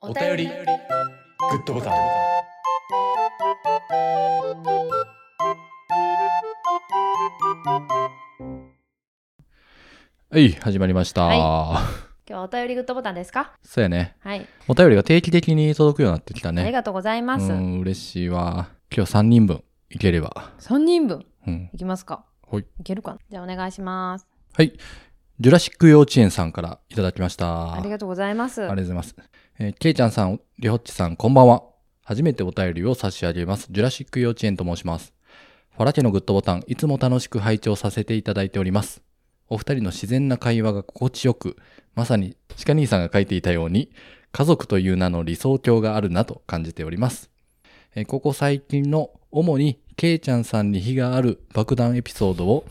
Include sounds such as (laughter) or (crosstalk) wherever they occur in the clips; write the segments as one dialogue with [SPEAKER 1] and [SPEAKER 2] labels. [SPEAKER 1] お便りグッドボタン
[SPEAKER 2] はい、始まりました。
[SPEAKER 1] は今日はお便りグッドボタンですか
[SPEAKER 2] そうやね。
[SPEAKER 1] はい、
[SPEAKER 2] お便りが定期的に届くようになってきた
[SPEAKER 1] あり
[SPEAKER 2] ね。
[SPEAKER 1] がとうございます、
[SPEAKER 2] うん、嬉しいわ。今日3人分いければ。
[SPEAKER 1] 三人分
[SPEAKER 2] うん。
[SPEAKER 1] いきますか
[SPEAKER 2] はい
[SPEAKER 1] けるかなじゃあお願いします
[SPEAKER 2] はい。ジュラシック幼稚園さんからいただきました。
[SPEAKER 1] ありがとうございます
[SPEAKER 2] ありがとうございます。えーケイちゃんさん、りほっちさん、こんばんは。初めてお便りを差し上げます。ジュラシック幼稚園と申します。ファラ家のグッドボタン、いつも楽しく拝聴させていただいております。お二人の自然な会話が心地よく、まさに鹿兄さんが書いていたように、家族という名の理想郷があるなと感じております。えーここ最近の主にケイちゃんさんに非がある爆弾エピソードを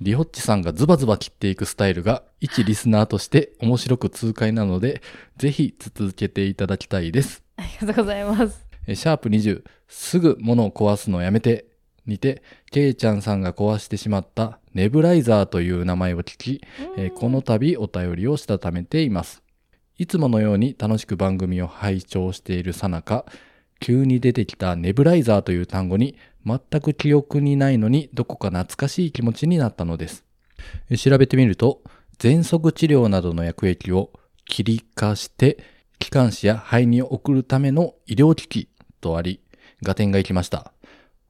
[SPEAKER 2] リホッチさんがズバズバ切っていくスタイルが一リスナーとして面白く痛快なのでぜひ続けていただきたいです。
[SPEAKER 1] ありがとうございます
[SPEAKER 2] えシャープ20、すぐ物を壊すのやめて、にて、ケイちゃんさんが壊してしまったネブライザーという名前を聞き、えーこの度お便りをしたためています。いつものように楽しく番組を拝聴しているさなか、急に出てきたネブライザーという単語に全く記憶にないのにどこか懐かしい気持ちになったのです。え調べてみると、喘息治療などの薬液を切り化して、気管支や肺に送るための医療機器とあり、合点がいきました。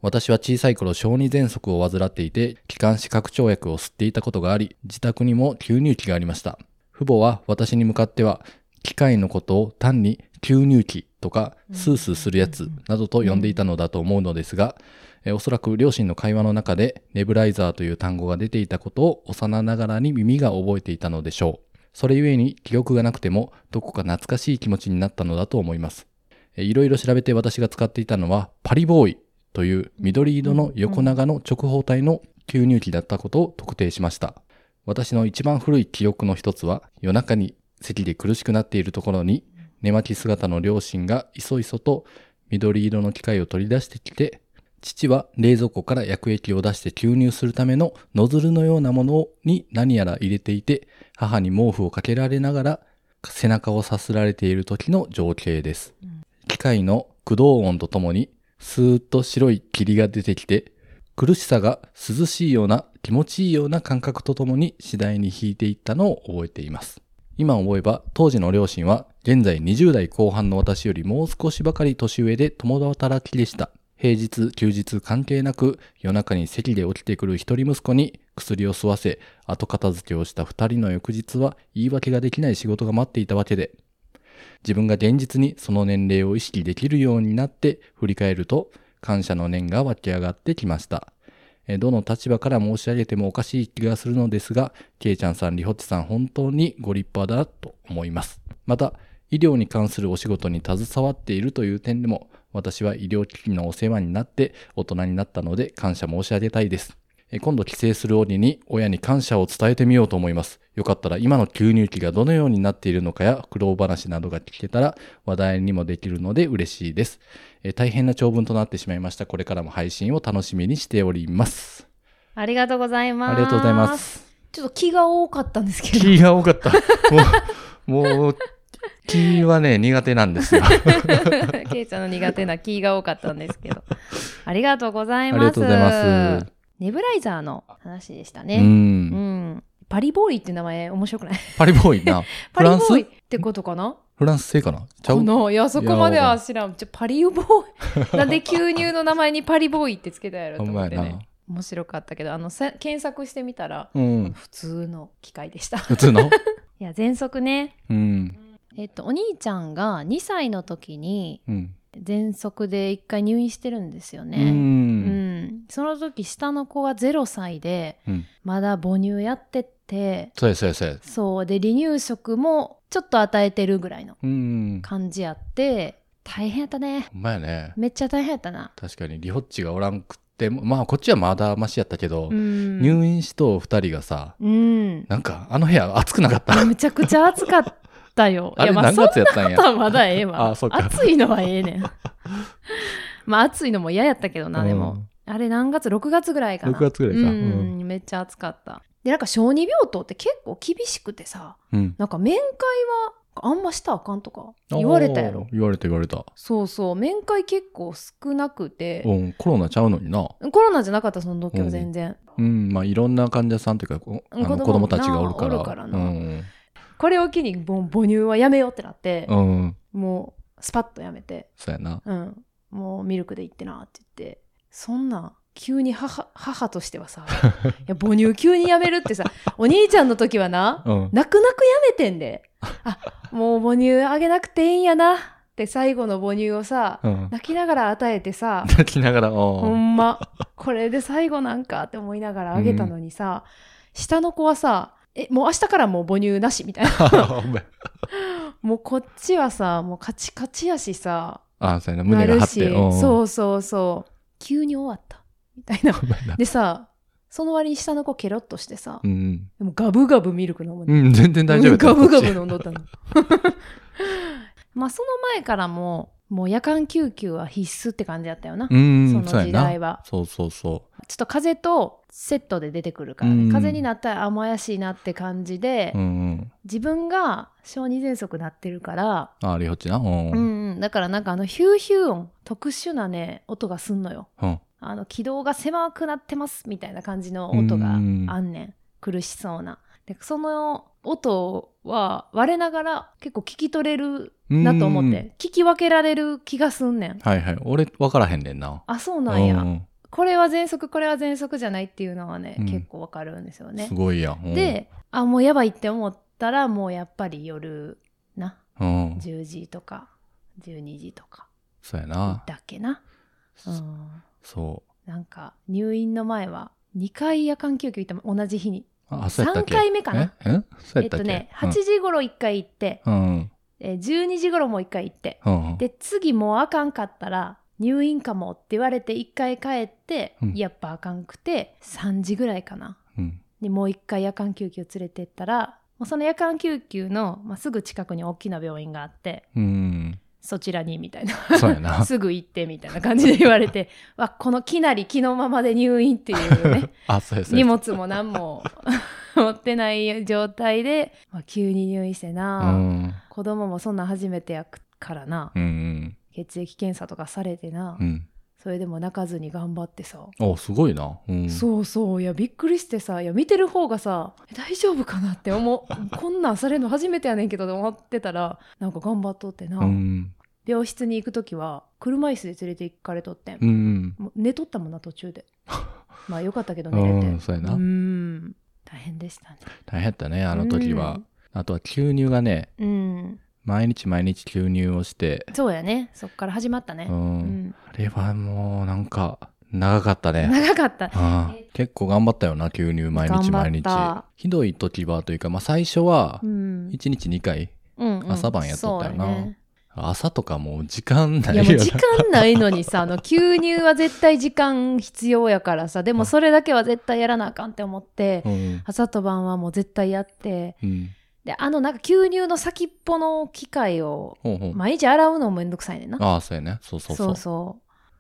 [SPEAKER 2] 私は小さい頃小児喘息を患っていて、気管支拡張薬を吸っていたことがあり、自宅にも吸入器がありました。父母は私に向かっては、機械のことを単に吸入器とか、スースーするやつなどと呼んでいたのだと思うのですが、えーおそらく両親の会話の中でネブライザーという単語が出ていたことを幼ながらに耳が覚えていたのでしょう。それゆえに記憶がなくてもどこか懐かしい気持ちになったのだと思います。えーいろいろ調べて私が使っていたのはパリボーイという緑色の横長の直方体の吸入器だったことを特定しました。私の一番古い記憶の一つは夜中に席で苦しくなっているところに寝巻き姿の両親がいそいそと緑色の機械を取り出してきて父は冷蔵庫から薬液を出して吸入するためのノズルのようなものに何やら入れていて母に毛布をかけられながら背中をさすられている時の情景です、
[SPEAKER 1] うん
[SPEAKER 2] 機械の駆動音とともにスーッと白い霧が出てきて苦しさが涼しいような気持ちいいような感覚とともに次第に引いていったのを覚えています今思えば当時の両親は現在20代後半の私よりもう少しばかり年上で共働きでした平日休日関係なく夜中に席で起きてくる一人息子に薬を吸わせ後片付けをした二人の翌日は言い訳ができない仕事が待っていたわけで自分が現実にその年齢を意識できるようになって振り返ると感謝の念が湧き上がってきましたえーどの立場から申し上げてもおかしい気がするのですがケイちゃんさん、リホッチさん、本当にご立派だと思います。また、医療に関するお仕事に携わっているという点でも、私は医療機器のお世話になって大人になったので感謝申し上げたいです。え今度帰省する折に親に感謝を伝えてみようと思います。よかったら今の吸入器がどのようになっているのかや苦労話などが聞けたら話題にもできるので嬉しいです。え大変な長文となってしまいました。これからも配信を楽しみにしております。
[SPEAKER 1] ありがとうございます
[SPEAKER 2] ありがとうございます。
[SPEAKER 1] ちょっと気が多かったんですけど
[SPEAKER 2] 気が多かった。もう、もう、気はね、苦手な
[SPEAKER 1] (laughs)
[SPEAKER 2] んですよ。あ
[SPEAKER 1] ケイちゃんの苦手な気が多かったんです
[SPEAKER 2] (laughs)
[SPEAKER 1] けどありがとうござい
[SPEAKER 2] り
[SPEAKER 1] ます
[SPEAKER 2] がとうございます。
[SPEAKER 1] ネブライザーの話でした
[SPEAKER 2] う。
[SPEAKER 1] ねうんんパリボーイって名前面白くない
[SPEAKER 2] パリボーイな。
[SPEAKER 1] パリボ
[SPEAKER 2] フ
[SPEAKER 1] ー
[SPEAKER 2] ラン
[SPEAKER 1] イってことかな
[SPEAKER 2] フランス製かなちゃ
[SPEAKER 1] こ
[SPEAKER 2] う
[SPEAKER 1] のいやそこまで
[SPEAKER 2] いやわかん
[SPEAKER 1] は
[SPEAKER 2] な
[SPEAKER 1] 知らんちょパリボ (laughs) ーイなんで吸入の名前にパリボーイってつけたやろ
[SPEAKER 2] ほ
[SPEAKER 1] と
[SPEAKER 2] ん
[SPEAKER 1] 思
[SPEAKER 2] ま
[SPEAKER 1] って
[SPEAKER 2] やな
[SPEAKER 1] ね。面白かったけどあのさ検索してみたら
[SPEAKER 2] うん。
[SPEAKER 1] 普通の機械でした (laughs) い
[SPEAKER 2] 普通の
[SPEAKER 1] や喘息ね
[SPEAKER 2] (laughs) うん。
[SPEAKER 1] えっとお兄ちゃんが2歳の時に
[SPEAKER 2] うん。
[SPEAKER 1] 喘息で1回入院してるんですよ
[SPEAKER 2] う。
[SPEAKER 1] ねうんその時下の子は0歳で、
[SPEAKER 2] うん
[SPEAKER 1] まだ母乳やってて
[SPEAKER 2] そうやそうやそうや。
[SPEAKER 1] そうで離乳食もちょっと与えてるぐらいの
[SPEAKER 2] うん。
[SPEAKER 1] 感じやって大変やったね
[SPEAKER 2] ほんまやね。
[SPEAKER 1] めっちゃ大変やったな
[SPEAKER 2] 確かに、リホッチがおらんくっても、まあ、こっちはまだマシやったけど、
[SPEAKER 1] うん
[SPEAKER 2] 入院しとう二人がさ、
[SPEAKER 1] うん
[SPEAKER 2] なんか、あの部屋暑くなかった。
[SPEAKER 1] めちゃくちゃ暑かったよ
[SPEAKER 2] (laughs) あ
[SPEAKER 1] いや
[SPEAKER 2] れ
[SPEAKER 1] まあ
[SPEAKER 2] 何
[SPEAKER 1] そんなこ
[SPEAKER 2] 月やったんや
[SPEAKER 1] と。はまだええわ
[SPEAKER 2] あそっか
[SPEAKER 1] 暑いのはええねん (laughs) まあ暑いのも嫌やったけどなでも、あれ何月6月ぐらいかな
[SPEAKER 2] 6月ぐらいか
[SPEAKER 1] うんめっちゃ暑かったでなんか小児病棟って結構厳しくてさ
[SPEAKER 2] うん。
[SPEAKER 1] なんか面会はあんましたらあかんとか言われたやろ
[SPEAKER 2] 言われた言われた
[SPEAKER 1] そうそう面会結構少なくて
[SPEAKER 2] うんコロナちゃうのにな
[SPEAKER 1] コロナじゃなかったその時は全然、
[SPEAKER 2] うんまあいろんな患者さんというかこあの
[SPEAKER 1] 子供
[SPEAKER 2] 子供たちがおる
[SPEAKER 1] な
[SPEAKER 2] か
[SPEAKER 1] お
[SPEAKER 2] ら
[SPEAKER 1] るから
[SPEAKER 2] う
[SPEAKER 1] なんこれを機にもう母乳はやめようってなって、
[SPEAKER 2] うん、うん、
[SPEAKER 1] もうスパッとやめて、
[SPEAKER 2] そうやな
[SPEAKER 1] うん、もうミルクでいってなって言ってそんな急に母母としてはさいや母乳急にやめるってさお兄ちゃんの時はな
[SPEAKER 2] うん
[SPEAKER 1] 泣く泣くやめてんであもう母乳あげなくていいんやなって最後の母乳をさ
[SPEAKER 2] うん
[SPEAKER 1] 泣きながら与えてさ
[SPEAKER 2] 泣きながらお
[SPEAKER 1] ほんまこれで最後なんかって思いながらあげたのにさ、下の子はさえもう明日からもう母乳なしみたいなもうこっちはさもうカチカチやしさ
[SPEAKER 2] (laughs) あそうやな胸が張って
[SPEAKER 1] なるし
[SPEAKER 2] (laughs)
[SPEAKER 1] そううそうそう急に終わったみたいな (laughs)
[SPEAKER 2] ごめんな
[SPEAKER 1] でさその割に下の子ケロッとしてさ、
[SPEAKER 2] うん
[SPEAKER 1] でもガブガブミルク飲むの
[SPEAKER 2] うん全然大丈夫やった
[SPEAKER 1] ガブガブ
[SPEAKER 2] こっち
[SPEAKER 1] 飲んどったの (laughs) まあその前からももう夜間救急は必須って感じだったよな、
[SPEAKER 2] うん
[SPEAKER 1] そ
[SPEAKER 2] そ
[SPEAKER 1] の
[SPEAKER 2] うや
[SPEAKER 1] 時
[SPEAKER 2] な
[SPEAKER 1] 代は
[SPEAKER 2] そうそうそ
[SPEAKER 1] ちょっと風邪とセットで出てくるからね、
[SPEAKER 2] うん
[SPEAKER 1] 風邪になったらあもやしいなって感じで、
[SPEAKER 2] ううんうん
[SPEAKER 1] 自分が小児喘息なってるから、
[SPEAKER 2] あありほっちなうん
[SPEAKER 1] うんうんだからなんかあのヒューヒュー音特殊なね音がすんのよ
[SPEAKER 2] うん
[SPEAKER 1] あの軌道が狭くなってますみたいな感じの音があん
[SPEAKER 2] うん
[SPEAKER 1] ねん苦しそうなでその音は我ながら結構聞き取れるなと思っ
[SPEAKER 2] うん
[SPEAKER 1] て聞き分けられる気がすんねん
[SPEAKER 2] はいはい俺分からへんねんな
[SPEAKER 1] あそうなんや、
[SPEAKER 2] うん
[SPEAKER 1] これは喘息これは喘息じゃないっていうのはね、
[SPEAKER 2] うん
[SPEAKER 1] 結構わかるんですよね
[SPEAKER 2] すごいやうん
[SPEAKER 1] であもうやばいって思ったらもうやっぱり夜な
[SPEAKER 2] うん
[SPEAKER 1] 10時とか12時とか
[SPEAKER 2] そうやな
[SPEAKER 1] だっけなうん
[SPEAKER 2] そ
[SPEAKER 1] なんか入院の前は2回夜間救急行った同じ日に
[SPEAKER 2] うあそうやったっけ
[SPEAKER 1] 3回目かな
[SPEAKER 2] ええ
[SPEAKER 1] え
[SPEAKER 2] そうや
[SPEAKER 1] っ
[SPEAKER 2] った
[SPEAKER 1] と
[SPEAKER 2] っけ
[SPEAKER 1] ね8時頃1回行って、
[SPEAKER 2] うん
[SPEAKER 1] えー12時頃も1回行って
[SPEAKER 2] うんうん
[SPEAKER 1] で次もうあかんかったら入院かもって言われて1回帰って、
[SPEAKER 2] うん
[SPEAKER 1] やっぱあかんくて3時ぐらいかな
[SPEAKER 2] うん
[SPEAKER 1] にもう1回夜間救急連れてったらもうその夜間救急の、まあ、すぐ近くに大きな病院があって
[SPEAKER 2] うん
[SPEAKER 1] そちらにみたいな
[SPEAKER 2] そうやな
[SPEAKER 1] (laughs) すぐ行ってみたいな感じで言われ
[SPEAKER 2] (laughs)
[SPEAKER 1] てわこのきなり気のままで入院っていうね
[SPEAKER 2] (laughs) あそうやそう
[SPEAKER 1] 荷
[SPEAKER 2] や
[SPEAKER 1] 物も何も (laughs) 持ってない状態で、まあ、急に入院して
[SPEAKER 2] う
[SPEAKER 1] な、
[SPEAKER 2] ん
[SPEAKER 1] 子供もそんなん初めてやからな、
[SPEAKER 2] うん
[SPEAKER 1] 血液検査とかされてな、
[SPEAKER 2] うん
[SPEAKER 1] それでも泣かずに頑張ってさ、
[SPEAKER 2] うんあすごいなうん
[SPEAKER 1] そうそういやびっくりしてさいや見てる方がさえ大丈夫かなって思う (laughs) こんなんされるの初めてやねんけどと思ってたらなんか頑張っとってな、
[SPEAKER 2] うん
[SPEAKER 1] 病室に行く時は車椅子で連れて行かれとってん、
[SPEAKER 2] うん
[SPEAKER 1] もう寝とったもんな途中
[SPEAKER 2] (laughs)
[SPEAKER 1] でまあよかったけど
[SPEAKER 2] う
[SPEAKER 1] 寝れて
[SPEAKER 2] んそうやな
[SPEAKER 1] うん大変でしたね
[SPEAKER 2] 大変やったねあの時はあとは吸入がね
[SPEAKER 1] うん
[SPEAKER 2] 毎日毎日吸入をして
[SPEAKER 1] そうやねそっから始まったね
[SPEAKER 2] う
[SPEAKER 1] うんん
[SPEAKER 2] あれはもうなんか長かっ
[SPEAKER 1] (laughs)
[SPEAKER 2] たね
[SPEAKER 1] 長か
[SPEAKER 2] (laughs)
[SPEAKER 1] った
[SPEAKER 2] ああ結構頑張ったよな吸入毎日
[SPEAKER 1] 頑
[SPEAKER 2] 毎
[SPEAKER 1] 張
[SPEAKER 2] 日
[SPEAKER 1] った
[SPEAKER 2] ひどい時はというか、まあ、最初は
[SPEAKER 1] うん
[SPEAKER 2] 1日2回、
[SPEAKER 1] うんうん
[SPEAKER 2] 朝晩やっとったよな
[SPEAKER 1] そうやね
[SPEAKER 2] 朝とかもう時間ないいよ
[SPEAKER 1] や
[SPEAKER 2] な
[SPEAKER 1] もう時間ないのにさあの吸入は絶対時間必要やからさでもそれだけは絶対やらなあかんって思って、
[SPEAKER 2] うん
[SPEAKER 1] 朝と晩はもう絶対やって
[SPEAKER 2] うん
[SPEAKER 1] であのなんか吸入の先っぽの機械を
[SPEAKER 2] ほうほう
[SPEAKER 1] 毎日洗うのもめんどくさいねんな
[SPEAKER 2] ああそうやねそうそうそう
[SPEAKER 1] そうそ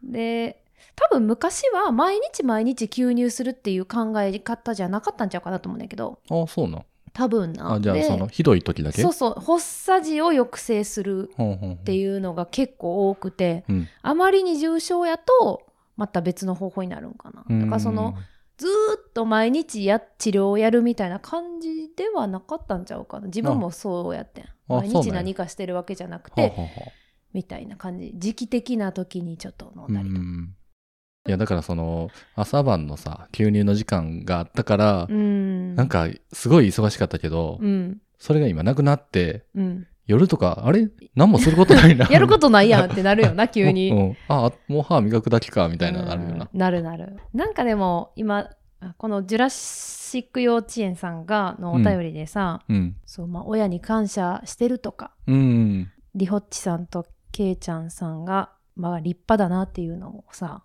[SPEAKER 1] うで多分昔は毎日毎日吸入するっていう考え方じゃなかったんちゃうかなと思うねんだけど
[SPEAKER 2] ああそうなん
[SPEAKER 1] 多分な
[SPEAKER 2] あじゃあ
[SPEAKER 1] で
[SPEAKER 2] そのひどい時だけ
[SPEAKER 1] そうそう発作時を抑制する
[SPEAKER 2] ほうほうほう
[SPEAKER 1] っていうのが結構多くて、
[SPEAKER 2] うん
[SPEAKER 1] あまりに重症やとまた別の方法になるんかな、だからそのずーっと毎日や治療をやるみたいな感じではなかったんちゃうかな自分もそうやってん
[SPEAKER 2] あ
[SPEAKER 1] 毎
[SPEAKER 2] そうなん
[SPEAKER 1] 日
[SPEAKER 2] や
[SPEAKER 1] 何かしてるわけじゃなく
[SPEAKER 2] うん
[SPEAKER 1] て
[SPEAKER 2] ほうほうほう
[SPEAKER 1] みたいな感じ時期的な時にちょっと飲ん
[SPEAKER 2] う
[SPEAKER 1] だりとか、
[SPEAKER 2] んいやだからその朝晩のさ吸入の時間があったから、
[SPEAKER 1] うん、
[SPEAKER 2] なんかすごい忙しかったけど、
[SPEAKER 1] うん
[SPEAKER 2] それが今なくなって
[SPEAKER 1] うん、
[SPEAKER 2] 夜とかあれ何もすることないな
[SPEAKER 1] (laughs) やることないやんってなるよ
[SPEAKER 2] (laughs)
[SPEAKER 1] な急に、
[SPEAKER 2] うんうんああもう歯磨くだけかみたいなのあるよな
[SPEAKER 1] うんなるなるなんかでも今この「ジュラシック幼稚園」さんがのお便りでさ、
[SPEAKER 2] うん
[SPEAKER 1] そうまあ、親に感謝してるとか
[SPEAKER 2] うんうん
[SPEAKER 1] リホッチさんとケイちゃんさんが、まあ、立派だなっていうのを
[SPEAKER 2] (laughs)
[SPEAKER 1] さ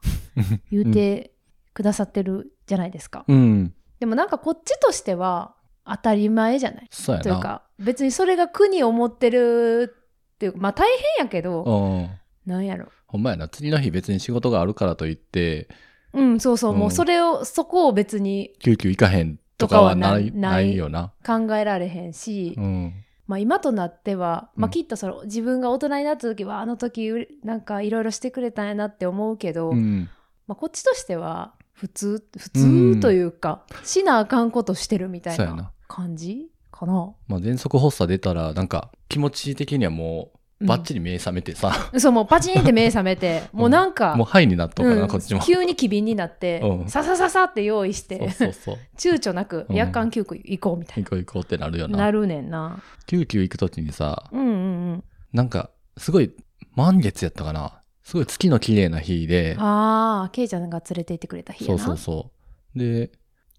[SPEAKER 1] 言うてくださってるじゃないですか、
[SPEAKER 2] うん
[SPEAKER 1] でもなんかこっちとしては当たり前じゃない
[SPEAKER 2] そうや
[SPEAKER 1] という
[SPEAKER 2] な
[SPEAKER 1] か別にそれが苦に思ってるっていうかまあ大変やけ
[SPEAKER 2] う
[SPEAKER 1] ど
[SPEAKER 2] ん
[SPEAKER 1] なんやろ
[SPEAKER 2] ほんまやな次の日別に仕事があるからといって
[SPEAKER 1] うんそうそう、
[SPEAKER 2] うん
[SPEAKER 1] もうそれをそこを別に
[SPEAKER 2] 救急行かへんとかは
[SPEAKER 1] とかはな
[SPEAKER 2] な
[SPEAKER 1] いい
[SPEAKER 2] ないよな
[SPEAKER 1] 考えられへんし、
[SPEAKER 2] うん
[SPEAKER 1] まあ、今となっては、まあ、
[SPEAKER 2] うん
[SPEAKER 1] きっとその自分が大人になった時はあの時うれなんかいろいろしてくれたんやなって思うけど、
[SPEAKER 2] うん
[SPEAKER 1] まあ、こっちとしては普通普
[SPEAKER 2] うん
[SPEAKER 1] 通というか、しなあかんことしてるみたい
[SPEAKER 2] そうや
[SPEAKER 1] な
[SPEAKER 2] な
[SPEAKER 1] 感じかな。
[SPEAKER 2] まあ喘息発作出たらなんか気持ち的にはも
[SPEAKER 1] う
[SPEAKER 2] うんバッチリ目覚めてさ、
[SPEAKER 1] そうもうパチンって目覚めてもうなんか、
[SPEAKER 2] (laughs) もうハイになっとうかな、
[SPEAKER 1] うん
[SPEAKER 2] こっちもそう
[SPEAKER 1] 急に機敏になって、
[SPEAKER 2] うん
[SPEAKER 1] ささささって用意して
[SPEAKER 2] そうそう
[SPEAKER 1] 躊躇なく
[SPEAKER 2] うん
[SPEAKER 1] 夜間休暇行こうみたい
[SPEAKER 2] 行こう行こうってなるよ
[SPEAKER 1] な、な
[SPEAKER 2] な
[SPEAKER 1] るねんな。
[SPEAKER 2] 救急行く時にさ
[SPEAKER 1] うんうん
[SPEAKER 2] なんかすごい満月やったかなすごい月の綺麗な日
[SPEAKER 1] う
[SPEAKER 2] で
[SPEAKER 1] ん、ああケイちゃんが連れて行ってくれた日
[SPEAKER 2] そ
[SPEAKER 1] や
[SPEAKER 2] う
[SPEAKER 1] な
[SPEAKER 2] そうそうで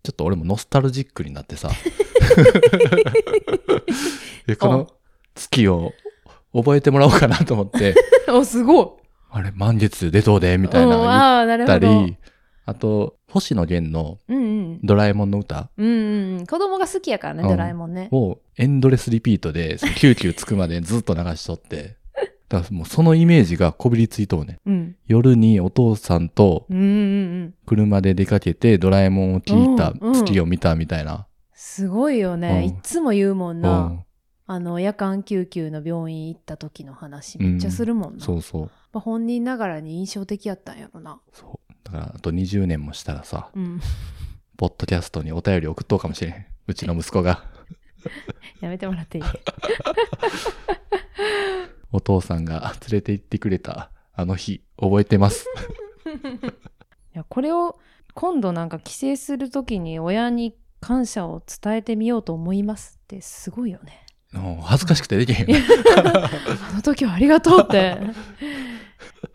[SPEAKER 2] ちょっと俺もノスタルジックにな
[SPEAKER 1] (laughs)
[SPEAKER 2] ってさでこの月を覚えてもらおうかなと思って
[SPEAKER 1] (laughs) おすごい
[SPEAKER 2] あれ満月出とうでみたいな
[SPEAKER 1] うん
[SPEAKER 2] の言っ
[SPEAKER 1] ああなる
[SPEAKER 2] た
[SPEAKER 1] ほ
[SPEAKER 2] り、
[SPEAKER 1] どうん
[SPEAKER 2] あと星野源の
[SPEAKER 1] うん
[SPEAKER 2] 「ドラえもんの歌
[SPEAKER 1] うんうんうん子供が好きやからね、
[SPEAKER 2] うん
[SPEAKER 1] ドラえもんね
[SPEAKER 2] をエンドレスリピートでそのキューキューつくまでずっと流しとってだからもうそのイメージがこびりついとうね
[SPEAKER 1] うん
[SPEAKER 2] 夜にお父さんと
[SPEAKER 1] うんうんうん
[SPEAKER 2] 車で出かけてドラえもんを聞いた、
[SPEAKER 1] うんうん
[SPEAKER 2] 月を見たみたいな、
[SPEAKER 1] すごいよね、
[SPEAKER 2] うん
[SPEAKER 1] いつも言うもん
[SPEAKER 2] う
[SPEAKER 1] な、
[SPEAKER 2] ん、
[SPEAKER 1] あの夜間救急の病院行った時の話めっちゃするもんな、
[SPEAKER 2] そ
[SPEAKER 1] やっ
[SPEAKER 2] うそう
[SPEAKER 1] ぱ本人ながらに印象的やったんやろな
[SPEAKER 2] そうだからあと20年もしたらさ
[SPEAKER 1] うん
[SPEAKER 2] (laughs) ポッドキャストにお便り送っとうかもしれん (laughs) うちの息子が
[SPEAKER 1] やめてもらっていい
[SPEAKER 2] お父さんが連れて行ってくれたあの日覚えてます (laughs)
[SPEAKER 1] いやこれを今度なんか帰省する時に親に感謝を伝えてみようと思いますってすごいよ
[SPEAKER 2] (laughs)
[SPEAKER 1] ね
[SPEAKER 2] もう恥ずかしくてできへん、
[SPEAKER 1] あの時はありがとうって (laughs) い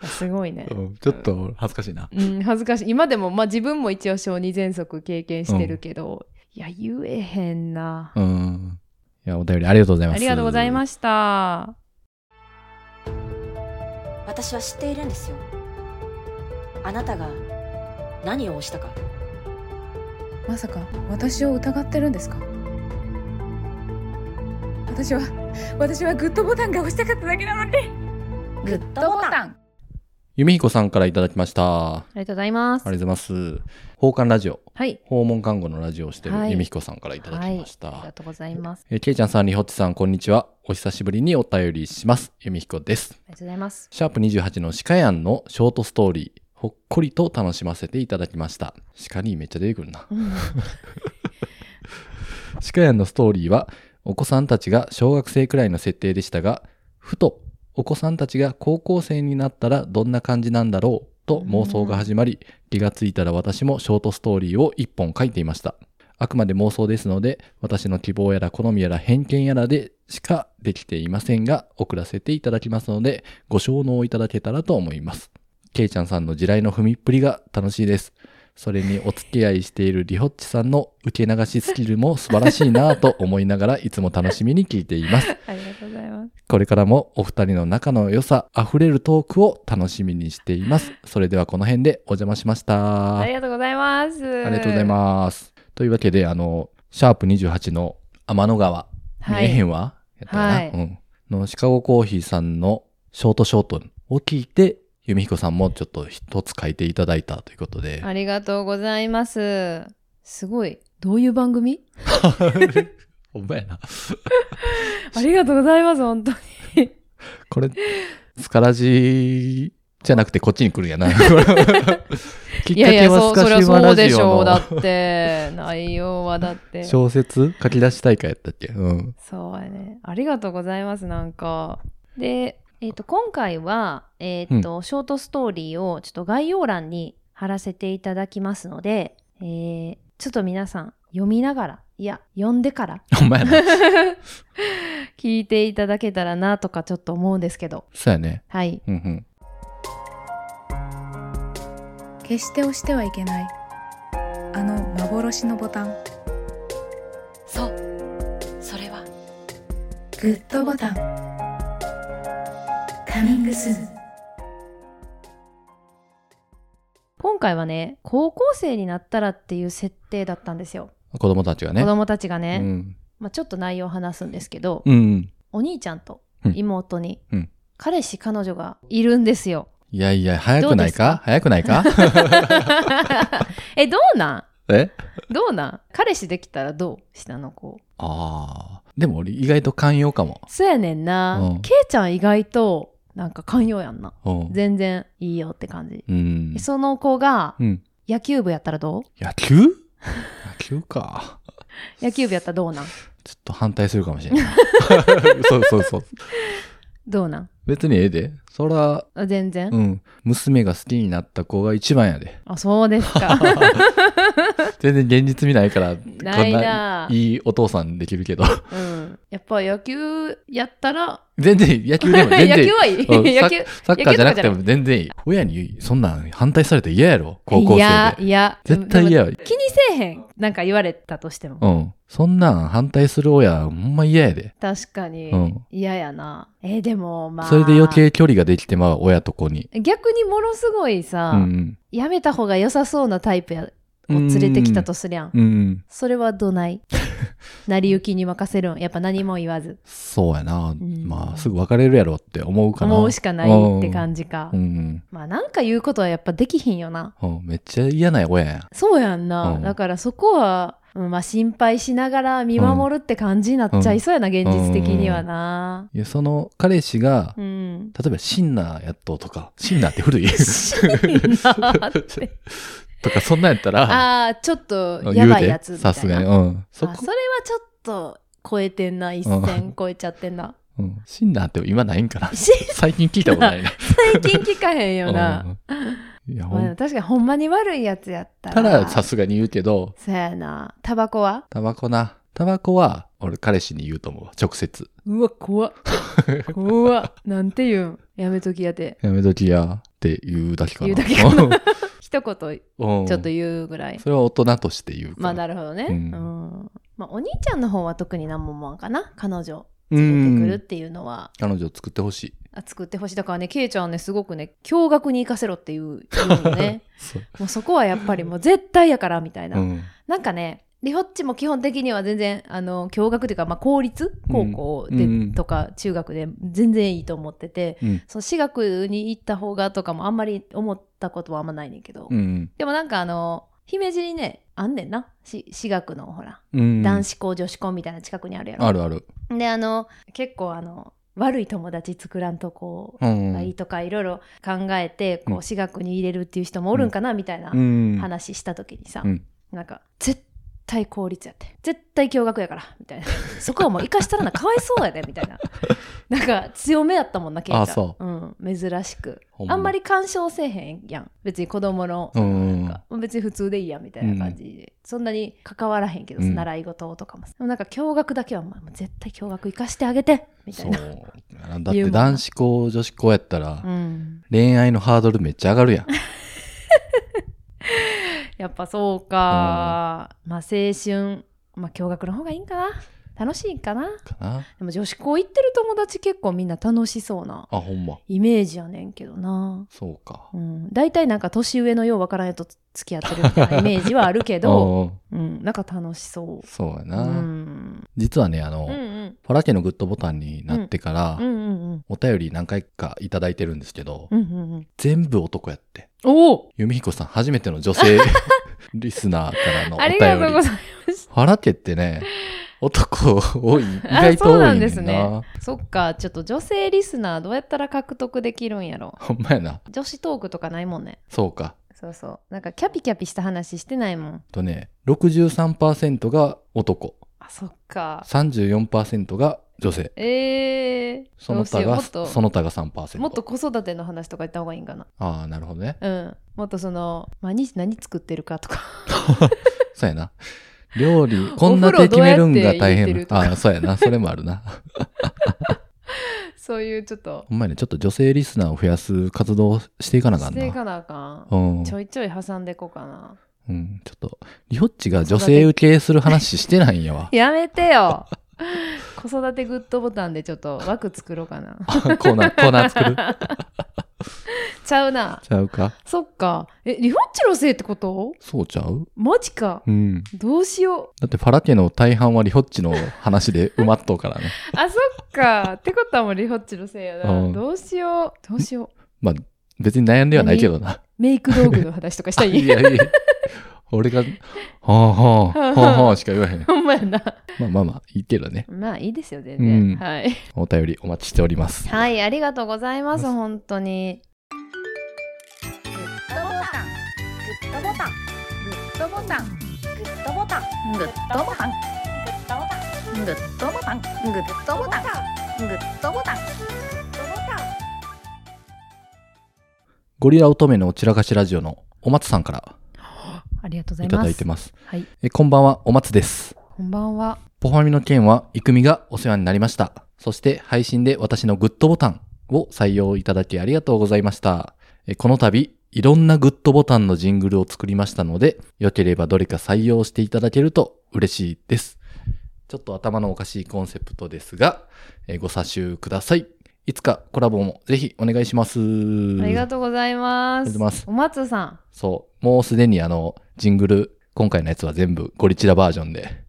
[SPEAKER 1] やすごいね
[SPEAKER 2] うんちょっと恥ずかしいな
[SPEAKER 1] うん、恥ずかしい今でも、まあ、自分も一応小児喘息経験してるけど、いや言えへんな、
[SPEAKER 2] うんいやお便りありがとうございます
[SPEAKER 1] ありがとうございました
[SPEAKER 3] 私は知っているんですよあなたが何をしたか
[SPEAKER 4] まさか私を疑ってるんですか私は私はグッドボタンが押したかっただけなのにグッドボタン
[SPEAKER 2] 弓彦さんからいただきましたあ
[SPEAKER 1] ありがとうございます
[SPEAKER 2] りがとうございます訪韓ラジオ
[SPEAKER 1] はい
[SPEAKER 2] 訪問看護のラジオをしてる
[SPEAKER 1] はい
[SPEAKER 2] 弓彦さんからいただきました、
[SPEAKER 1] ありがとうございます
[SPEAKER 2] えーけいちゃんさん、りほっちさん、こんにちは。お久しぶりにお便りします。ゆみひこで
[SPEAKER 1] あ
[SPEAKER 2] す。
[SPEAKER 1] りがとうございます
[SPEAKER 2] シャープ28の鹿やんのショートストーリー、ほっこりと楽しませていただきました。鹿にめっちゃ出てくるな。
[SPEAKER 1] うん
[SPEAKER 2] 鹿やんのストーリーは、お子さんたちが小学生くらいの設定でしたが、ふと、お子さんたちが高校生になったらどんな感じなんだろうと妄想が始まり、気がついたら私もショートストーリーを一本書いていました。あくまで妄想ですので、私の希望やら好みやら偏見やらでしかできていませんが、送らせていただきますので、ご承納いただけたらと思います。けいちゃんさんの地雷の踏みっぷりが楽しいです。それにお付き合いしているリホッチさんの受け流しスキルも素晴らしいなぁと思いながらいつも楽しみに聞いています。
[SPEAKER 1] (laughs)
[SPEAKER 2] (laughs)
[SPEAKER 1] ありがとうございます
[SPEAKER 2] これからもお二人の仲の良さあふれるトークを楽しみにしています。それではこの辺でお邪魔しました。
[SPEAKER 1] ありがとうございます
[SPEAKER 2] ありがとうございます。というわけで、あの、シャープ28の天の川、
[SPEAKER 1] すは
[SPEAKER 2] 見えへ
[SPEAKER 1] い
[SPEAKER 2] んわやったかな、
[SPEAKER 1] はい
[SPEAKER 2] うん。のシカゴコーヒーさんのショートショートを聞いて、ゆみひこさんもちょっと一つ書いていただいたということで。
[SPEAKER 1] ありがとうございますすごいどういう番組
[SPEAKER 2] (laughs) ほんまやな。
[SPEAKER 1] (laughs) ありがとうございます本当に
[SPEAKER 2] これ、スカラジじゃなくてこっちに来るん
[SPEAKER 1] (laughs)
[SPEAKER 2] やな。きっか
[SPEAKER 1] いやい
[SPEAKER 2] け
[SPEAKER 1] や
[SPEAKER 2] は
[SPEAKER 1] そ
[SPEAKER 2] ス
[SPEAKER 1] うそり
[SPEAKER 2] カ
[SPEAKER 1] ゃ
[SPEAKER 2] シマ
[SPEAKER 1] そう
[SPEAKER 2] ラ
[SPEAKER 1] で
[SPEAKER 2] ジ
[SPEAKER 1] しょ
[SPEAKER 2] オ
[SPEAKER 1] うだ
[SPEAKER 2] の
[SPEAKER 1] って内容はだ
[SPEAKER 2] (laughs)
[SPEAKER 1] って
[SPEAKER 2] 小説書き出し大会やったっけ
[SPEAKER 1] (laughs)
[SPEAKER 2] うん。
[SPEAKER 1] そうやね。ありがとうございます、なんか。で、えっ、と、今回は、えっ、と、ショートストーリーをちょっと概要欄に貼らせていただきますので、えーちょっと皆さん、読みながら、いや、読んでから、 (laughs)
[SPEAKER 2] ほんまやな。
[SPEAKER 1] 聞いていただけたらなとかちょっと思うんですけど。
[SPEAKER 2] そうやね。
[SPEAKER 1] はい。
[SPEAKER 2] うんうん。
[SPEAKER 4] 決して押してはいけないあの幻のボタン
[SPEAKER 3] そうそれは
[SPEAKER 4] グッドボタンカミングスーン
[SPEAKER 1] 今回はね、高校生になったらっていう設定だったんですよ。
[SPEAKER 2] 子供たちがね。
[SPEAKER 1] 子供たちが
[SPEAKER 2] う
[SPEAKER 1] ね、
[SPEAKER 2] ん。
[SPEAKER 1] まあ、ちょっと内容を話すんですけど、
[SPEAKER 2] うん。
[SPEAKER 1] お兄ちゃんと
[SPEAKER 2] うん
[SPEAKER 1] 妹に、
[SPEAKER 2] うん
[SPEAKER 1] 彼氏彼女がいるんですよ。
[SPEAKER 2] いやいや、早くないか
[SPEAKER 1] どうですか
[SPEAKER 2] 早くないか
[SPEAKER 1] (laughs) えどうなん
[SPEAKER 2] え
[SPEAKER 1] どうなん彼氏できたらどう下の子
[SPEAKER 2] ああ。でも俺意外と寛容かも。
[SPEAKER 1] そうやねん
[SPEAKER 2] う。
[SPEAKER 1] なんケイちゃん意外と、なんか寛容やんな。
[SPEAKER 2] うん。
[SPEAKER 1] 全然いいよって感じ。
[SPEAKER 2] うん。
[SPEAKER 1] その子が
[SPEAKER 2] うん。
[SPEAKER 1] 野球部やったらどう (laughs)
[SPEAKER 2] 野球野球か。
[SPEAKER 1] 野球部やったらどうなん
[SPEAKER 2] ちょっと反対するかもしれ
[SPEAKER 1] (laughs)
[SPEAKER 2] ない。そうそうそう。
[SPEAKER 1] どうなん
[SPEAKER 2] 別にええで。そら、
[SPEAKER 1] あ全然、
[SPEAKER 2] うん。娘が好きになった子が一番やで。
[SPEAKER 1] あ、そうです
[SPEAKER 2] (laughs)
[SPEAKER 1] か。
[SPEAKER 2] 全然現実見ないから、こん
[SPEAKER 1] ないなぁ
[SPEAKER 2] いいお父さんできるけど。 (laughs)
[SPEAKER 1] うん。やっぱ野球やったら、
[SPEAKER 2] 全然いい野球でも
[SPEAKER 1] (laughs) 野
[SPEAKER 2] 全然いい
[SPEAKER 1] 球。はいい。
[SPEAKER 2] うん
[SPEAKER 1] 野球。
[SPEAKER 2] サッカーじゃなくて
[SPEAKER 1] 野
[SPEAKER 2] も全然いい。親にそんなん反対されて嫌やろ、高校
[SPEAKER 1] いや
[SPEAKER 2] 生、で。
[SPEAKER 1] いや。
[SPEAKER 2] 絶対嫌
[SPEAKER 1] でも
[SPEAKER 2] よ。
[SPEAKER 1] 気にせえへん。なんか言われたとしても。
[SPEAKER 2] うん。そんなん反対する親、ほんま嫌やで。
[SPEAKER 1] 確かに
[SPEAKER 2] うん
[SPEAKER 1] 嫌やな。えーでもまあ。
[SPEAKER 2] それで余計距離ができてまう親と子に。
[SPEAKER 1] 逆にものすごいさ、
[SPEAKER 2] うん
[SPEAKER 1] やめた方が良さそうなタイプやを
[SPEAKER 2] うん。
[SPEAKER 1] 連れてきたとすりゃん。
[SPEAKER 2] うん。うん。
[SPEAKER 1] それはどない
[SPEAKER 2] (laughs)
[SPEAKER 1] 成り行きに任せるん。やっぱ何も言わず。
[SPEAKER 2] そうやな。
[SPEAKER 1] ん
[SPEAKER 2] まあ、すぐ別れるやろって思うかな。
[SPEAKER 1] 思うしかないって感じか。
[SPEAKER 2] うん。
[SPEAKER 1] まあなんか言うことはやっぱできひんよな。
[SPEAKER 2] うん。うんめっちゃ嫌な親や。
[SPEAKER 1] そうやんな。
[SPEAKER 2] うん
[SPEAKER 1] だからそこは、うんまあ心配しながら見守るって感じになっちゃいそうやな、現実的にはな。
[SPEAKER 2] いや、その彼氏が、
[SPEAKER 1] うん。
[SPEAKER 2] 例えばシンナーやっとうとか、シンナーって古
[SPEAKER 1] (laughs)
[SPEAKER 2] い
[SPEAKER 1] シンナーって
[SPEAKER 2] (laughs) とか、そんなんやったら、
[SPEAKER 1] ああ、ちょっとやばいやつ
[SPEAKER 2] 言う
[SPEAKER 1] み
[SPEAKER 2] で
[SPEAKER 1] たいな。
[SPEAKER 2] さすがに。うん。
[SPEAKER 1] あ
[SPEAKER 2] そこ
[SPEAKER 1] それはちょっと超えてんな一線超えちゃってんな (laughs)
[SPEAKER 2] うん、シンナーって今ないんかな
[SPEAKER 1] 最
[SPEAKER 2] 最近聞いたことないな。
[SPEAKER 1] 近聞かへんよな、
[SPEAKER 2] うんいや、ほ
[SPEAKER 1] まあ、
[SPEAKER 2] ん
[SPEAKER 1] 確かにほんまに悪いやつやった
[SPEAKER 2] た
[SPEAKER 1] ら
[SPEAKER 2] らさすがに言うけど、
[SPEAKER 1] そうやなタバコは
[SPEAKER 2] タバコな。タバコは、俺彼氏に言うと思うわ。直接。
[SPEAKER 1] うわ (laughs) 怖っ怖っなんて言うんやめときやて
[SPEAKER 2] やめときや、って言うだけかな。
[SPEAKER 1] 言うだけかな
[SPEAKER 2] うん (laughs) ち
[SPEAKER 1] 一言ち
[SPEAKER 2] ょ
[SPEAKER 1] ょっと言うぐらい、
[SPEAKER 2] それは大人として言うか
[SPEAKER 1] まあなるほどね
[SPEAKER 2] う
[SPEAKER 1] うんん、まあ、お兄ちゃんの方は特に何も思わんかな彼女
[SPEAKER 2] う
[SPEAKER 1] 出てくるっ
[SPEAKER 2] ん。
[SPEAKER 1] ていうのは、
[SPEAKER 2] 彼女を作ってほしい。
[SPEAKER 1] あ作ってほしいだからねケイちゃんはねすごくね驚愕に行かせろっていう言うの (laughs) ね
[SPEAKER 2] そう。
[SPEAKER 1] もうそこはやっぱりもう絶対やからみたいな、
[SPEAKER 2] うん。
[SPEAKER 1] なんかね、リホッチも基本的には全然、あの、共学というか、まあ、公立高校で、
[SPEAKER 2] うん
[SPEAKER 1] とか、中学で全然いいと思ってて、
[SPEAKER 2] うん
[SPEAKER 1] そう、私学に行った方がとかもあんまり思ったことはあんまないねんけど、
[SPEAKER 2] うん。
[SPEAKER 1] でもなんかあの、姫路にね、あんねんな。し私学のほら、
[SPEAKER 2] うん。
[SPEAKER 1] 男子校、女子校みたいな近くにあるやろ。
[SPEAKER 2] あるある。
[SPEAKER 1] で、あの、結構あの、悪い友達作らんとこ
[SPEAKER 2] う
[SPEAKER 1] がいい
[SPEAKER 2] ん。
[SPEAKER 1] とか、いろいろ考えて、こ
[SPEAKER 2] うん
[SPEAKER 1] う、私学に入れるっていう人もおるんかな、みたいな
[SPEAKER 2] うん。
[SPEAKER 1] 話した時にさ、
[SPEAKER 2] うん
[SPEAKER 1] なんか絶対公立やって絶対共学やからみたいな (laughs) そこはもう生かしたらなかわいそうやでみたい
[SPEAKER 2] (laughs)
[SPEAKER 1] ななんか強めやったもんなケイちゃん
[SPEAKER 2] あそ
[SPEAKER 1] うん、珍しく
[SPEAKER 2] ほ
[SPEAKER 1] あんま。り干渉せえへんやん別に子供の
[SPEAKER 2] う、ん。
[SPEAKER 1] なんか別に普通でいいやみたいな感じで、そんなに関わらへんけど、
[SPEAKER 2] うん
[SPEAKER 1] 習い事とかもでもなんか共学だけは、まあ、もう絶対共学生かしてあげてみた
[SPEAKER 2] そ
[SPEAKER 1] (laughs) いうな。
[SPEAKER 2] だって男子校、女子校やったら、
[SPEAKER 1] うん、
[SPEAKER 2] 恋愛のハードルめっちゃ上がるやん。
[SPEAKER 1] やっぱそうか、まあ青春まあ共学の方がいいんかな楽しいんかな
[SPEAKER 2] かな。
[SPEAKER 1] でも女子校行ってる友達結構みんな楽しそうな
[SPEAKER 2] あ、ほんま。
[SPEAKER 1] イメージやねんけどな。
[SPEAKER 2] そうか
[SPEAKER 1] う。ん、大体なんか年上のようわからんやつと付き合ってるみたいなイメージはあるけど、
[SPEAKER 2] うん (laughs) うん
[SPEAKER 1] うん、なんか楽しそう。
[SPEAKER 2] そうや
[SPEAKER 1] う
[SPEAKER 2] な。
[SPEAKER 1] ん、
[SPEAKER 2] 実はね、あ
[SPEAKER 1] う
[SPEAKER 2] の、
[SPEAKER 1] んう
[SPEAKER 2] フ
[SPEAKER 1] ん
[SPEAKER 2] ァラ家のグッドボタンになってから、
[SPEAKER 1] うんうん
[SPEAKER 2] お便り何回かいただいてるんですけど、
[SPEAKER 1] うんうんうん
[SPEAKER 2] 全部男やって。
[SPEAKER 1] おお
[SPEAKER 2] 由美彦さん、初めての女性
[SPEAKER 1] (laughs)
[SPEAKER 2] リスナーからのお
[SPEAKER 1] あ
[SPEAKER 2] 便
[SPEAKER 1] り
[SPEAKER 2] り。
[SPEAKER 1] がとうございま
[SPEAKER 2] ファラ家ってね、男多い。意
[SPEAKER 1] あ
[SPEAKER 2] 外と多い
[SPEAKER 1] そうなん
[SPEAKER 2] ね
[SPEAKER 1] ですねす。そっかちょっと女性リスナーどうやったら獲得できるんやろ
[SPEAKER 2] ほんまやな。
[SPEAKER 1] 女子トークとかないもんね
[SPEAKER 2] そうか。
[SPEAKER 1] そうそうなんかキャピキャピした話してないもん
[SPEAKER 2] とね、63%が男、
[SPEAKER 1] あそっか
[SPEAKER 2] 34%が女性。
[SPEAKER 1] えー、
[SPEAKER 2] その他
[SPEAKER 1] どう
[SPEAKER 2] が、
[SPEAKER 1] しようもっと
[SPEAKER 2] その他が3%。
[SPEAKER 1] もっと子育ての話とか言った方がいいんかな。
[SPEAKER 2] ああ、なるほどね。
[SPEAKER 1] うん。もっとその、毎日何作ってるかと (laughs) か。
[SPEAKER 2] そうやな。料
[SPEAKER 1] (laughs)
[SPEAKER 2] 理、こんな手決めるん
[SPEAKER 1] お風呂どうやっ
[SPEAKER 2] が大
[SPEAKER 1] て入れて
[SPEAKER 2] 変
[SPEAKER 1] る。とか
[SPEAKER 2] ああ、そうやな。それもあるな。
[SPEAKER 1] そういうちょっと、
[SPEAKER 2] ほんまやね、ちょっと女性リスナーを増やす活動をしていかなあか
[SPEAKER 1] し
[SPEAKER 2] ん
[SPEAKER 1] てい
[SPEAKER 2] な。
[SPEAKER 1] かなあか。
[SPEAKER 2] うんん。
[SPEAKER 1] ちょいちょい挟んでこうかな。。
[SPEAKER 2] うん。ちょっと、リホッチが女性受けする話してないんやわ
[SPEAKER 1] (laughs) やめてよ子育てグッドボタンでちょっと枠作ろうかな。 (laughs)
[SPEAKER 2] あコーナー、コーナー作る。
[SPEAKER 1] ちゃうな。
[SPEAKER 2] ちゃうか
[SPEAKER 1] そっか。え、リホッチのせいってこと
[SPEAKER 2] そうちゃう
[SPEAKER 1] マジか。
[SPEAKER 2] うん。
[SPEAKER 1] どうしよ
[SPEAKER 2] だって、ファラ家の大半はリホッチの話で埋まっとうからね。
[SPEAKER 1] う。あ、そっか。ってことはもうリホッチのせいや
[SPEAKER 2] うん
[SPEAKER 1] な。どうしよう。どうしよう。
[SPEAKER 2] まあ、別に悩んではないけどな。 (laughs)
[SPEAKER 1] メイク道具の話とかしたい
[SPEAKER 2] やいや。俺が、はあはあ、はあはあしか言わへん。
[SPEAKER 1] ほんまやな。
[SPEAKER 2] まあまあまあ、いいけどね。
[SPEAKER 1] まあいいですよ、全然。
[SPEAKER 2] うん
[SPEAKER 1] はい。
[SPEAKER 2] お便りお待ちしておりま
[SPEAKER 1] (laughs)
[SPEAKER 2] す。
[SPEAKER 1] はい、ありがとうございます、本当に。
[SPEAKER 3] グッ
[SPEAKER 4] ドボタン
[SPEAKER 3] ドボタン
[SPEAKER 4] グッドボタン
[SPEAKER 3] グッドボタン
[SPEAKER 4] グッドボタ
[SPEAKER 3] グ
[SPEAKER 4] ン
[SPEAKER 3] ッドボタン
[SPEAKER 4] グッドボタングッドボタングッドボタン
[SPEAKER 2] ゴリラ乙女のお散らかしラジオのお松さんから
[SPEAKER 1] ありがとうござい
[SPEAKER 2] い
[SPEAKER 1] ます。
[SPEAKER 2] ただいてます。
[SPEAKER 1] はい、
[SPEAKER 2] えこんばんは、お松です。
[SPEAKER 1] こんばんは。
[SPEAKER 2] ポファミの件は、イクミがお世話になりました。そして、配信で私のグッドボタンを採用いただきありがとうございました。えこの度、いろんなグッドボタンのジングルを作りましたので、良ければどれか採用していただけると嬉しいです。ちょっと頭のおかしいコンセプトですが、えご査集ください。いつかコラボもぜひお願いします。
[SPEAKER 1] ありがとうございます。
[SPEAKER 2] ありがとうございます
[SPEAKER 1] お松さん。
[SPEAKER 2] そう。もうすでにあの、ジングル、今回のやつは全部ゴリチラバージョ
[SPEAKER 1] (laughs)
[SPEAKER 2] ンで (laughs)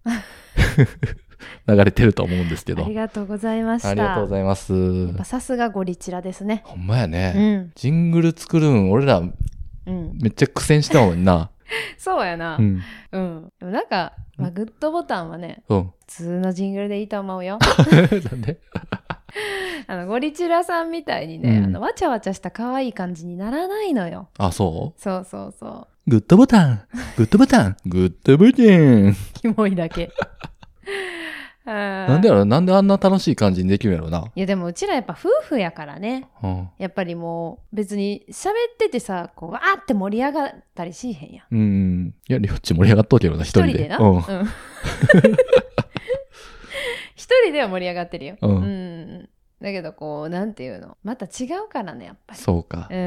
[SPEAKER 2] 流れてると思うんですけど。
[SPEAKER 1] ありがとうございました。
[SPEAKER 2] ありがとうございます。
[SPEAKER 1] やっぱさすがゴリチラですね。
[SPEAKER 2] ほんまや
[SPEAKER 1] う
[SPEAKER 2] ね。
[SPEAKER 1] ん。
[SPEAKER 2] ジングル作るん、俺ら
[SPEAKER 1] うん。
[SPEAKER 2] めっちゃ苦戦したもんな。
[SPEAKER 1] そうやな。
[SPEAKER 2] う
[SPEAKER 1] うん。
[SPEAKER 2] ん。
[SPEAKER 1] でもなんか、まあ、グッドボタンはね、
[SPEAKER 2] うん。
[SPEAKER 1] 普通のジングルでいいと思うよ。
[SPEAKER 2] (laughs) なんで
[SPEAKER 1] あのゴリチラさんみたいにね、
[SPEAKER 2] うん
[SPEAKER 1] あのわちゃわちゃした可愛い感じにならないのよ。
[SPEAKER 2] あ、そ
[SPEAKER 1] そうそうそう
[SPEAKER 2] グッドボタングッドボタングッドボタン
[SPEAKER 1] う。キモいだけ。な
[SPEAKER 2] (laughs) なんでやろなんであんな楽しい感じにできるんやろな。
[SPEAKER 1] いやでもうちらやっぱ夫婦やからね。
[SPEAKER 2] うん。
[SPEAKER 1] やっぱりもう別に喋っててさ、こうわーって盛り上がったりしへんやん。
[SPEAKER 2] うん。いや、りょっち盛り上がっとるけどな、一
[SPEAKER 1] 一
[SPEAKER 2] 人
[SPEAKER 1] 人
[SPEAKER 2] で。
[SPEAKER 1] でな。
[SPEAKER 2] う
[SPEAKER 1] うんん。。一人では盛り上がってるよ。
[SPEAKER 2] うん
[SPEAKER 1] んだけどこう、なんていうの。また違うからね、やっぱり。
[SPEAKER 2] そうか
[SPEAKER 1] う。ん。
[SPEAKER 2] い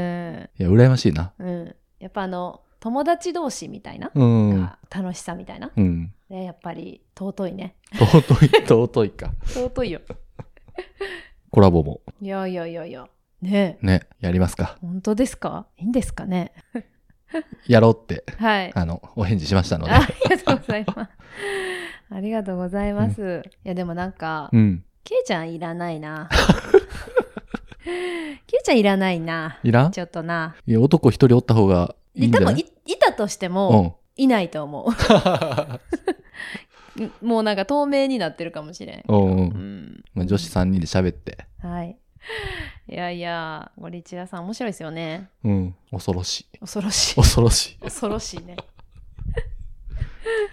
[SPEAKER 2] や、羨ましいな。
[SPEAKER 1] うん。やっぱあの、友達同士みたいな。
[SPEAKER 2] うん。
[SPEAKER 1] が楽しさみたいな。
[SPEAKER 2] うん。
[SPEAKER 1] ねやっぱり尊いね。
[SPEAKER 2] 尊い、 (laughs) 尊いか。
[SPEAKER 1] 尊いよ。
[SPEAKER 2] コラボも
[SPEAKER 1] いやいやいやいや。ねえ。
[SPEAKER 2] ね、やりますか。
[SPEAKER 1] 本当ですかいいんですかね
[SPEAKER 2] やろうって、
[SPEAKER 1] はい。
[SPEAKER 2] あの、お返事しましたので。
[SPEAKER 1] ありがとうございます。ありがとうございます。いやでもなんか、
[SPEAKER 2] うん。
[SPEAKER 1] ケイちゃんいらないな。 (laughs) ケイちゃんいらないな。
[SPEAKER 2] いらん
[SPEAKER 1] ちょっとな。
[SPEAKER 2] いや、男一人おった方がいい
[SPEAKER 1] で
[SPEAKER 2] んじ
[SPEAKER 1] 多
[SPEAKER 2] ゃな
[SPEAKER 1] 分
[SPEAKER 2] い
[SPEAKER 1] いいたとしても、いないと
[SPEAKER 2] (laughs)
[SPEAKER 1] 思う。もうなんか透明になってるかもしれん。
[SPEAKER 2] うん。うんう。
[SPEAKER 1] うんん。
[SPEAKER 2] まあ、女子3人で喋って。
[SPEAKER 1] はい。いやいや、ゴリチラさん面白いですよね。
[SPEAKER 2] うん。恐ろしい。
[SPEAKER 1] 恐ろしい。
[SPEAKER 2] 恐ろし
[SPEAKER 1] 恐ろしいね。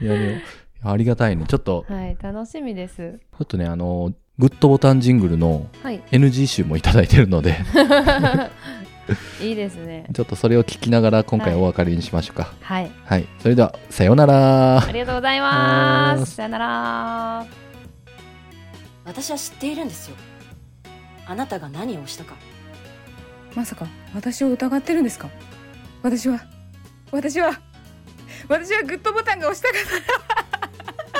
[SPEAKER 2] い。いや、でも、ありがたいね。ちょっと、
[SPEAKER 1] はい、楽しみです。
[SPEAKER 2] ちょっとね、あの、グッドボタンジングルの (laughs)
[SPEAKER 1] はい。 (laughs)
[SPEAKER 2] NG 集もいただいてるの (laughs) で、
[SPEAKER 1] いいですね。
[SPEAKER 2] ちょっとそれを聞きながら今回お別れにしましょうか。
[SPEAKER 1] はい。
[SPEAKER 2] はい。それでは、さようなら
[SPEAKER 1] あ。りがとうございま
[SPEAKER 2] はーい
[SPEAKER 1] す。さよなら。
[SPEAKER 3] 私は知っているんですよあなたが何をしたか
[SPEAKER 4] まさか私を疑ってるんですか私は私は私はグッドボタンが押したかっ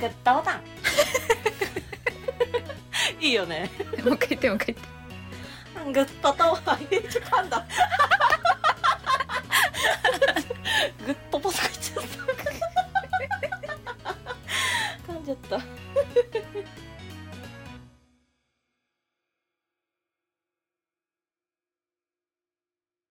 [SPEAKER 3] グッドボタン
[SPEAKER 4] (laughs)
[SPEAKER 3] いいよね
[SPEAKER 4] た (laughs) もう一回言ってもう一回言って
[SPEAKER 3] グッドとは言っちゃったんだグッドボタン言っちゃった噛んじゃった